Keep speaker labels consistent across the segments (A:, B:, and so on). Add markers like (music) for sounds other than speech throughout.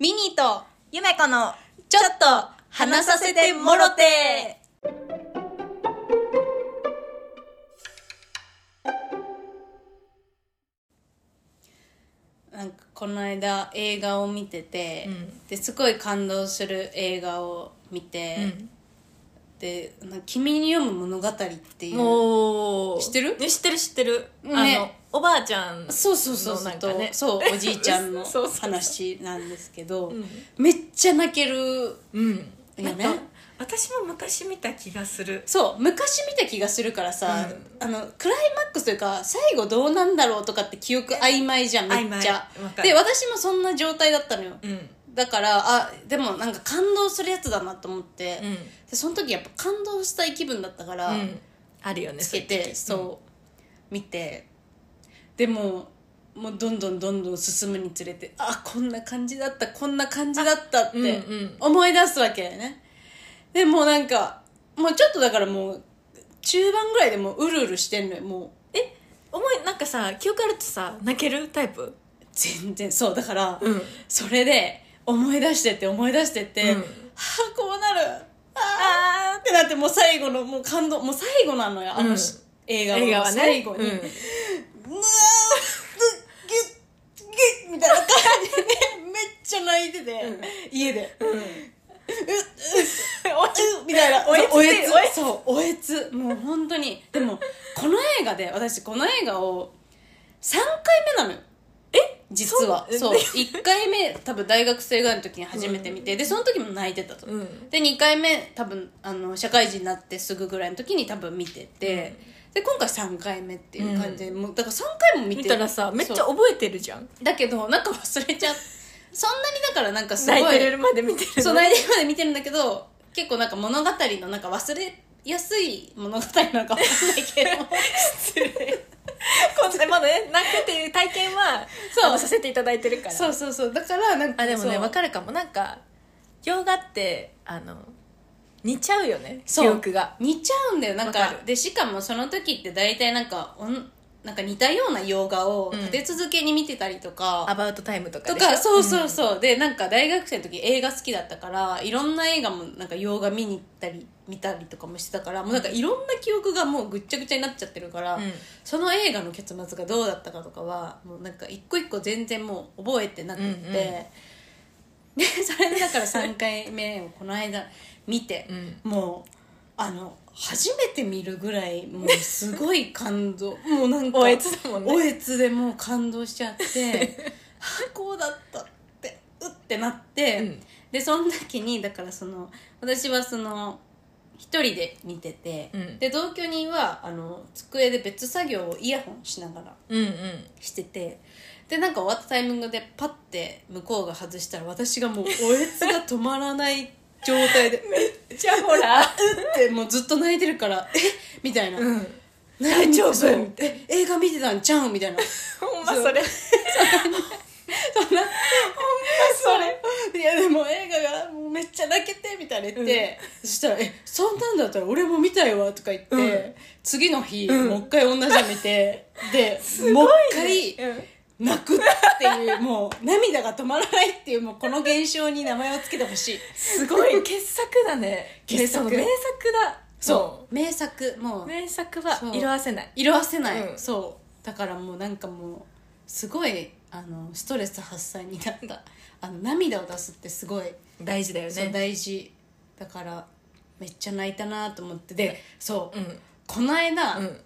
A: ミニーと
B: ゆめこの
A: ちょっと話させてもろてなんかこの間映画を見てて、
B: うん
A: ですごい感動する映画を見て、
B: うん
A: で「な君に読む物語」っていう
B: もう
A: 知ってる
B: ね知ってる知ってる、
A: ね
B: あのおばあちゃん
A: そうそうそうそう
B: なんかね
A: とそうおじいちゃんの
B: (laughs) そうそうそう
A: 話なんですけど
B: うん
A: めっちゃ泣ける
B: うん
A: よね
B: なんか私も昔見た気がする
A: そう昔見た気がするからさ、
B: う
A: あのクライマックスというか最後どうなんだろうとかって記憶曖昧じゃんめっちゃ
B: 曖昧わかる
A: で私もそんな状態だったのよ、
B: うんうん
A: だからあでもなんか感動するやつだなと思って、でその時やっぱ感動したい気分だったから、
B: うんあるよね
A: つけ
B: そういう
A: て
B: 時
A: そう、見てでももうどんどんどんどん進むにつれてあこんな感じだったこんな感じだったっ
B: うんう
A: て
B: ん
A: 思い出すわけだよねでもうなんかもうちょっとだからもう中盤ぐらいでもううるうるしてんのよもう
B: 思いなんかさ記憶あるとさ泣けるタイプ
A: 全然そうだから、
B: うん
A: それで思い出してって思い出してって、
B: うん
A: はあこうなるあーってなってもう最後のもう感動もう最後なのよあのし、
B: うん
A: 映画は
B: 映画はね
A: 最後に、
B: うん
A: うわーギュッギュッみたいな感じでめっちゃ泣いてて、
B: うん
A: 家で
B: う
A: う
B: ん
A: っみたいな
B: おえつ
A: そうおえつ
B: お
A: そう
B: えつ
A: おえつもう本当にでもこの映画で私この映画を3回目なのよえ実は
B: そう
A: そう1回目多分大学生ぐらいの時に初めて見て、でその時も泣いてたと、
B: うん
A: で2回目多分あの社会人になってすぐぐらいの時に多分見てて、で今回3回目っていう感じで、もうだから3回も見て
B: 見たらさめっちゃ
A: そう
B: 覚えてるじゃん
A: だけどなんか忘れちゃうそんなにだからなんかすごい
B: 泣いてるまで見てる
A: そう
B: の
A: 内容まで見てるんだけど結構なんか物語のなんか忘れやすい物語なんかわかんないけど
B: (laughs) こんなまだね泣くっていう体験は
A: そう
B: あのさせていただいてるから
A: (laughs) そうそうそうだからなんか
B: あでもね
A: そう
B: わかるかもなんか洋画ってあの似ちゃうよね記
A: そう
B: 憶が
A: 似ちゃうんだよなんか
B: わかる
A: でしかもその時って大体なんかおんなんか似たような洋画を
B: うん
A: 立て続けに見てたりとか、
B: アバウトタイムとか
A: と
B: でしょ
A: かそうそうそう、でなんか大学生の時映画好きだったからいろんな映画もなんか洋画見に行ったり見たりとかもしてたからもうなんかいろんな記憶がもうぐっちゃぐちゃになっちゃってるから、
B: うん
A: その映画の結末がどうだったかとかはもうなんか一個一個全然もう覚えてなくって、
B: うんうん
A: でそれでだから3回目をこの間見て
B: う、ん
A: もうあの初めて見るぐらいもうすごい感動もうなんか
B: (laughs) おえつだもんね
A: おえつでもう感動しちゃって
B: (laughs)
A: あこうだったってうってなって、
B: うん
A: でその時にだからその私はその一人で見てて、
B: うん
A: で同居人はあの机で別作業をイヤホンしながら
B: うんうん
A: しててでなんか終わったタイミングでパッて向こうが外したら私がもうおえつが止まらない状態
B: (laughs)
A: で
B: じゃあほら
A: ってもうずっと泣いてるから「えみたいな「
B: うん
A: 大
B: 丈夫
A: え映画見てたんちゃうん」みたいな
B: ほんまそれ (laughs)
A: そんなそれいやでも映画がもうめっちゃ泣けてみたいな言って、そしたら「えそんなんだったら俺も見たいわ」とか言って、
B: うん
A: 次の日、
B: うん
A: もう一回同じの見
B: (laughs)
A: てでもう一回
B: うん
A: 泣くっていう (laughs) もう涙が止まらないっていうもうこの現象に名前を付けてほしい
B: すごい傑作だね
A: 傑作
B: ねその名作だ
A: そう名作も
B: う
A: う
B: 名作は
A: そう
B: 色あせない
A: 色あせない、
B: うん
A: そうだからもうなんかもうすごいあのストレス発散になったあの涙を出すってすごい、
B: 大事だよ
A: そう
B: ね
A: 大事だからめっちゃ泣いたなと思ってでそう、
B: うん
A: この間、
B: うん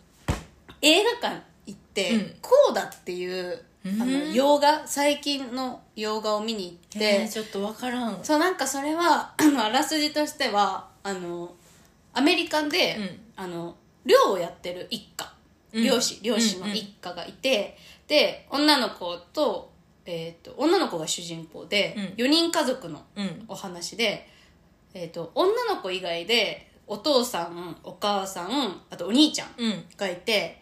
A: 映画館行って「
B: うん
A: こうだ」っていう、
B: うん
A: あの洋画最近の洋画を見に行って、
B: えーちょっとわからん
A: そうなんかそれは (clears throat) あらすじとしてはあのアメリカで、
B: うん
A: あの漁をやってる一家
B: うん
A: 漁師、漁師の一家がいて、で女の子と,、えー、と女の子が主人公で、
B: うん
A: 4人家族の
B: うん
A: お話で、えー、と女の子以外でお父さんお母さんあとお兄ちゃん
B: うん
A: がいて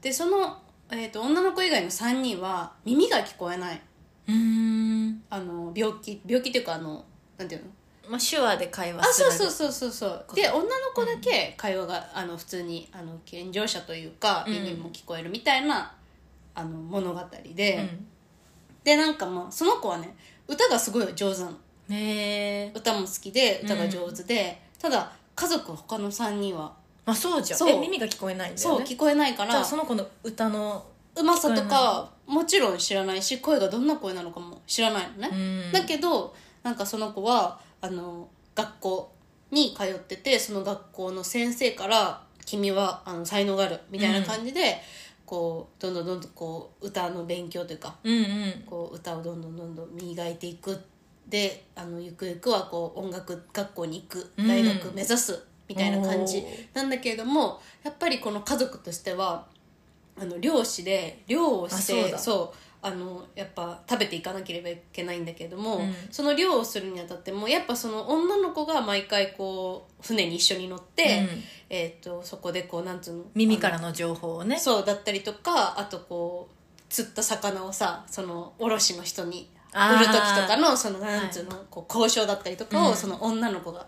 A: でその、えー、と女の子以外の3人は耳が聞こえないう
B: ーん
A: あの病気病気っていうかあのなんていうの
B: まあ手話で会話
A: あ
B: する
A: そうそうそうそうそう
B: こと
A: で女の子だけ会話が、あの普通にあの健常者というか
B: うん
A: 耳も聞こえるみたいな、あの物語で、
B: うん
A: でなんかまあその子はね歌がすごい上手なの
B: ねえ
A: 歌も好きで歌が上手で、ただ家族は他の3人は
B: まあそうじゃん
A: そう
B: え耳が聞こえないんだ
A: そ
B: よ
A: う
B: ね
A: 聞こえないか
B: じゃ
A: ら
B: あその子の歌の
A: うまさとかもちろん知らないし声がどんな声なのかも知らないのね、
B: うん
A: だけどなんかその子はあの学校に通っててその学校の先生から「君はあの才能がある」みたいな感じで、こうどんどんどんどんこう歌の勉強というか
B: うんうん
A: こう歌をどんどんどんどん磨いていくであのゆくゆくはこう音楽学校に行く
B: うん
A: 大学目指すみたいな感
B: お
A: じ
B: ー
A: なんだけれどもやっぱりこの家族としてはあの漁師で漁をして
B: あそうだ
A: そうあのやっぱ食べていかなければいけないんだけれども、
B: うん
A: その漁をするにあたってもやっぱその女の子が毎回こう船に一緒に乗って、
B: うん
A: えー、とそこでこうなんつうの
B: 耳
A: ら
B: からの情報をね
A: そうだったりとかあとこう釣った魚をさその卸の人に売る時とかのそのなんつうの、こう交渉だったりとかを、
B: うん
A: その女の子が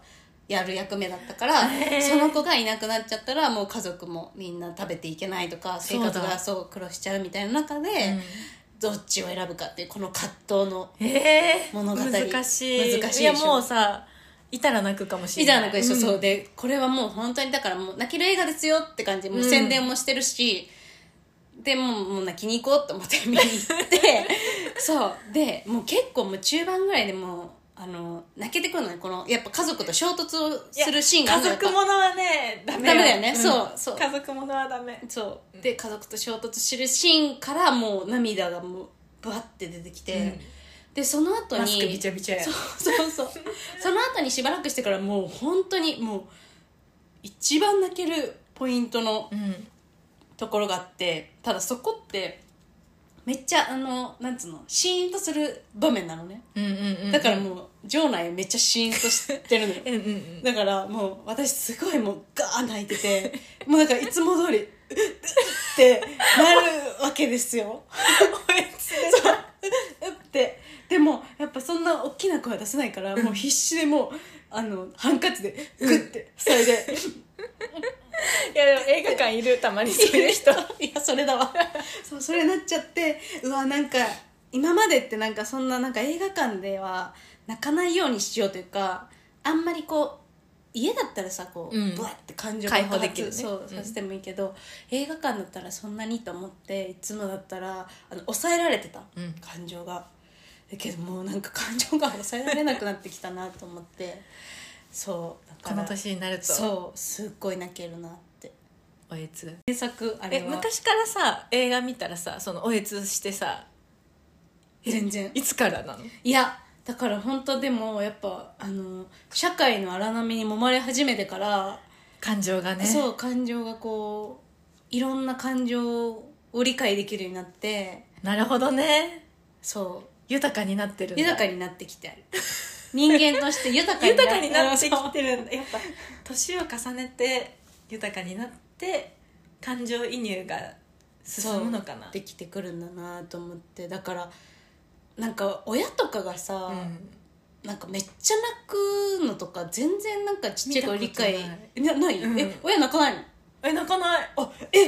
A: やる役目だったから、その子がいなくなっちゃったらもう家族もみんな食べていけないとか生活
B: そう
A: が
B: だ
A: そう苦労しちゃうみたいな中で、
B: うん
A: どっちを選ぶかっていうこの葛藤の
B: えー
A: 物語
B: 難しい
A: 難しいでしょ
B: やもうさいたら泣くかもし
A: い
B: れ
A: ざ
B: ない
A: 泣くでしょ、そうでこれはもう本当にだからもう泣ける映画ですよって感じもう宣伝もしてるし、でもうもう泣きに行こうと思って見に行って
B: (laughs)
A: そうでもう結構もう中盤ぐらいでもうあの泣けてくるのねこのやっぱ家族と衝突をするシーンがあ
B: 家
A: るのやっぱ
B: 族ものはねダメ
A: ダメだよねそうそう
B: 家族ものはダメ
A: そうで家族と衝突するシーンからもう涙がもうブワッて出てきて、
B: うん
A: でその後に
B: マスクびちゃびちゃや
A: そうそう
B: (laughs)
A: そうその後にしばらくしてからもう本当にもう一番泣けるポイントの
B: うん
A: ところがあってただそこってめっちゃあのなんつうのシーンとする場面なのね
B: うんうんうん
A: だからもう場内めっちゃシーンとして
B: (laughs)
A: るのよ
B: うんうんうん
A: だからもう私すごいもうガー泣いてて (laughs) もうだからいつも通り「うっ」うっってなるわけです
B: (laughs)
A: よ。そううっってでもやっぱそんな大きな声は出せないからもう必死でもうあのハンカチでグッてそれで
B: いやでも映画館いるたまにそう (laughs) いう人
A: いやそれだわそうそれなっちゃってうわなんか今までってなんかそんななんか映画館では泣かないようにしようというかあんまりこう家だったらさこう、
B: うん
A: ブワッて感情
B: 解
A: 爆
B: 放
A: 発
B: できるね
A: そう
B: うん
A: させてもいいけど、映画館だったらそんなにと思っていつもだったらあの抑えられてた、
B: うん
A: 感情がだけどもうなんか感情が抑えられなくなってきたなと思ってそうだ
B: この年になると
A: そうすっごい泣けるなって
B: おえつ
A: 原作あれ
B: え
A: は
B: 昔からさ映画見たらさそのおえつしてさ
A: 全然
B: いつからなの
A: いやだから本当でもやっぱあの社会の荒波に揉まれ始めてから、
B: 感情がね
A: そう感情がこういろんな感情を理解できるようになって
B: なるほどね
A: そ
B: 豊かになってるん
A: う
B: だ
A: 豊かになってきてある人間として豊かに
B: 豊かになってきてる
A: そ
B: んだやっぱ年を重ねて豊かになって感情移入が進むのか
A: う
B: な
A: できてくるんだなと思ってだからなんか親とかがさ、
B: うん
A: なんかめっちゃ泣くのとか全然なんかちっちゃい頃理解
B: 見た
A: なない、
B: うん
A: え親泣かないの
B: え泣かないあ
A: え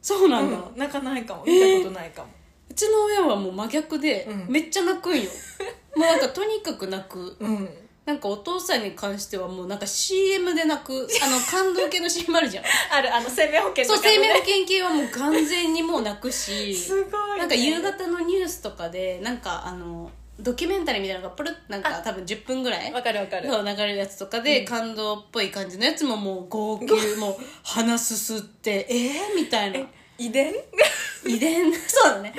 A: そうなんだ、
B: うん泣かないかも
A: えー
B: 見たことないかも、
A: うちの親はもう真逆で、
B: うん
A: めっちゃ泣く
B: (laughs)
A: んよもうなんかとにかく泣く
B: うん
A: なんかお父さんに関してはもうなんか CM で泣くあの感動系の CM あるじゃん
B: (laughs) (laughs) あるあの生命保険と
A: そう
B: かのね
A: 生命保険系はもう完全にもう泣くし
B: (laughs) すごいね、
A: なんか夕方のニュースとかでなんかあのドキュメンタリーみたいなのがプルッなんか多分10分ぐらい
B: わかるわかる
A: そう流れるやつとかで感動っぽい感じのやつももう号
B: (laughs)
A: 泣もう鼻すすってえー、みたいな
B: 遺伝
A: 遺伝 (laughs) そうだね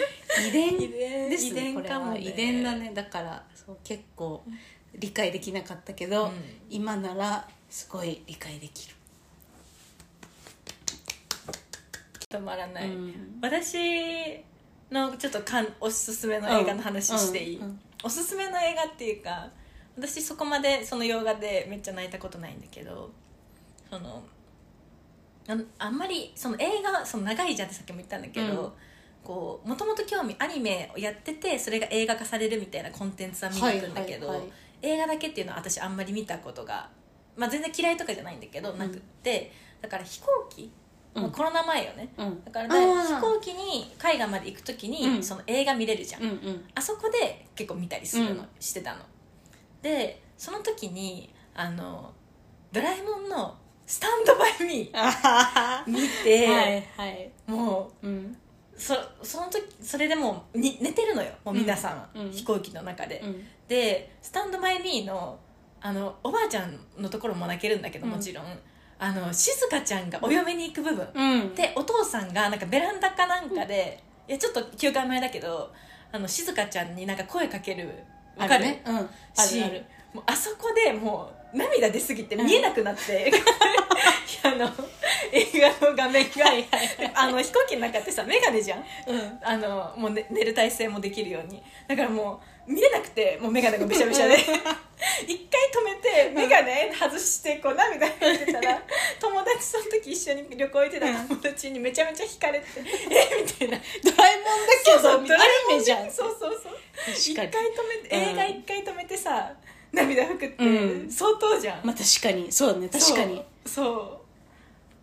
A: 遺伝
B: 遺伝
A: ですね
B: 遺伝
A: これ
B: かも
A: は
B: ね
A: 遺伝だねだからそう結構理解できなかったけど、
B: うん
A: 今ならすごい理解できる
B: 止まらない、
A: うん
B: 私のちょっとかんおすすめの映画の話していい、
A: うんうんうん
B: おすすめの映画っていうか私そこまでその洋画でめっちゃ泣いたことないんだけどそのああんまりその映画その長いじゃんってさっきも言ったんだけど、
A: うん
B: こうもともと興味アニメをやっててそれが映画化されるみたいなコンテンツは見に行くんだけど、
A: はいはいはい
B: 映画だけっていうのは私あんまり見たことが、まあ、全然嫌いとかじゃないんだけどなくって、だから飛行機
A: うん
B: もうコロナ前よね
A: うん
B: だから
A: あ
B: ね
A: ー
B: 飛行機に海外まで行く時に、
A: うん
B: その映画見れるじゃん、
A: うんうん
B: (laughs) あそこで結構見たりする
A: う
B: の、
A: ん
B: してたのでその時にあの「ドラえもん」の「スタンドバイミ
A: (laughs) あはは
B: ー」見て、
A: はいはい
B: も
A: うん
B: うそその時それでもうに寝てるのよもう皆さんは、
A: うんうん
B: 飛行機の中で、
A: うん
B: で「スタンド・バイ・ミーの」あのおばあちゃんのところも泣けるんだけど
A: うん
B: もちろん、あの静香ちゃんがお嫁に行く部分、
A: うん
B: でお父さんがなんかベランダかなんかで、いやちょっと休暇前だけどあの静香ちゃんになんか声かけるわかる
A: あねうんある
B: し
A: ある
B: もうあそこでもう涙出すぎて見えなくなって、 (laughs) あの映画の画面があの飛行機の中ってさ眼鏡じゃん
A: うん
B: あのもう、ね、寝る体勢もできるようにだからもう見れなくてもう眼鏡がべしゃべし
A: (laughs)
B: ゃで一回止めて眼鏡外してこう涙出てたら友達その時一緒に旅行行ってた友達にめちゃめちゃ惹かれて「えみたいな
A: ドラえもんだけど
B: ドラ
A: ア
B: えも
A: ニメじゃん
B: そうそうそう一回
A: 確
B: 止
A: かに
B: めて映画一回止めてさ涙拭くって
A: うん
B: 相当じゃん、
A: まあ確かにそうだね確かに
B: そうそう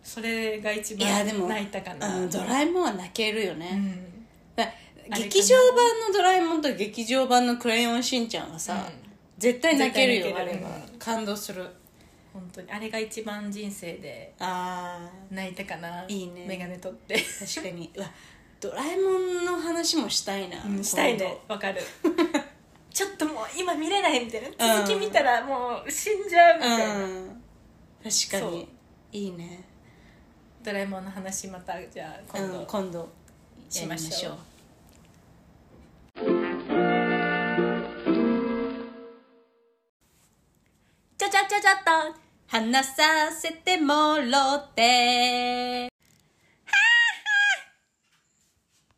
B: それが一
A: いやでも
B: 番泣いたかな
A: うんドラえもんは泣けるよ
B: う
A: ね、
B: ん
A: だ劇場版のドラえもんと劇場版のクレヨンしんちゃんはさ、
B: うん
A: 絶対泣けるよ
B: 絶対
A: あ
B: 泣
A: れ
B: ける
A: は、
B: う
A: 感動する
B: 本当にあれが一番人生で
A: あ
B: 泣いたかない
A: いね
B: メガネ取って
A: ー確か
B: (laughs)
A: にうわドラえもんの話もしたいな、
B: したい
A: 今
B: ね
A: 度
B: わかる (laughs) ちょっともう今見れないみたいな
A: うん
B: 続き見たらもう死んじゃうみたいな、
A: うん確か
B: そう
A: にいいね
B: ドラえもんの話またじゃあ
A: 今度,、
B: 今度、
A: うん、今度やりま
B: しまし
A: しょ
B: ょ
A: う
B: うちゃちゃちゃちゃっと
A: 話させてもろって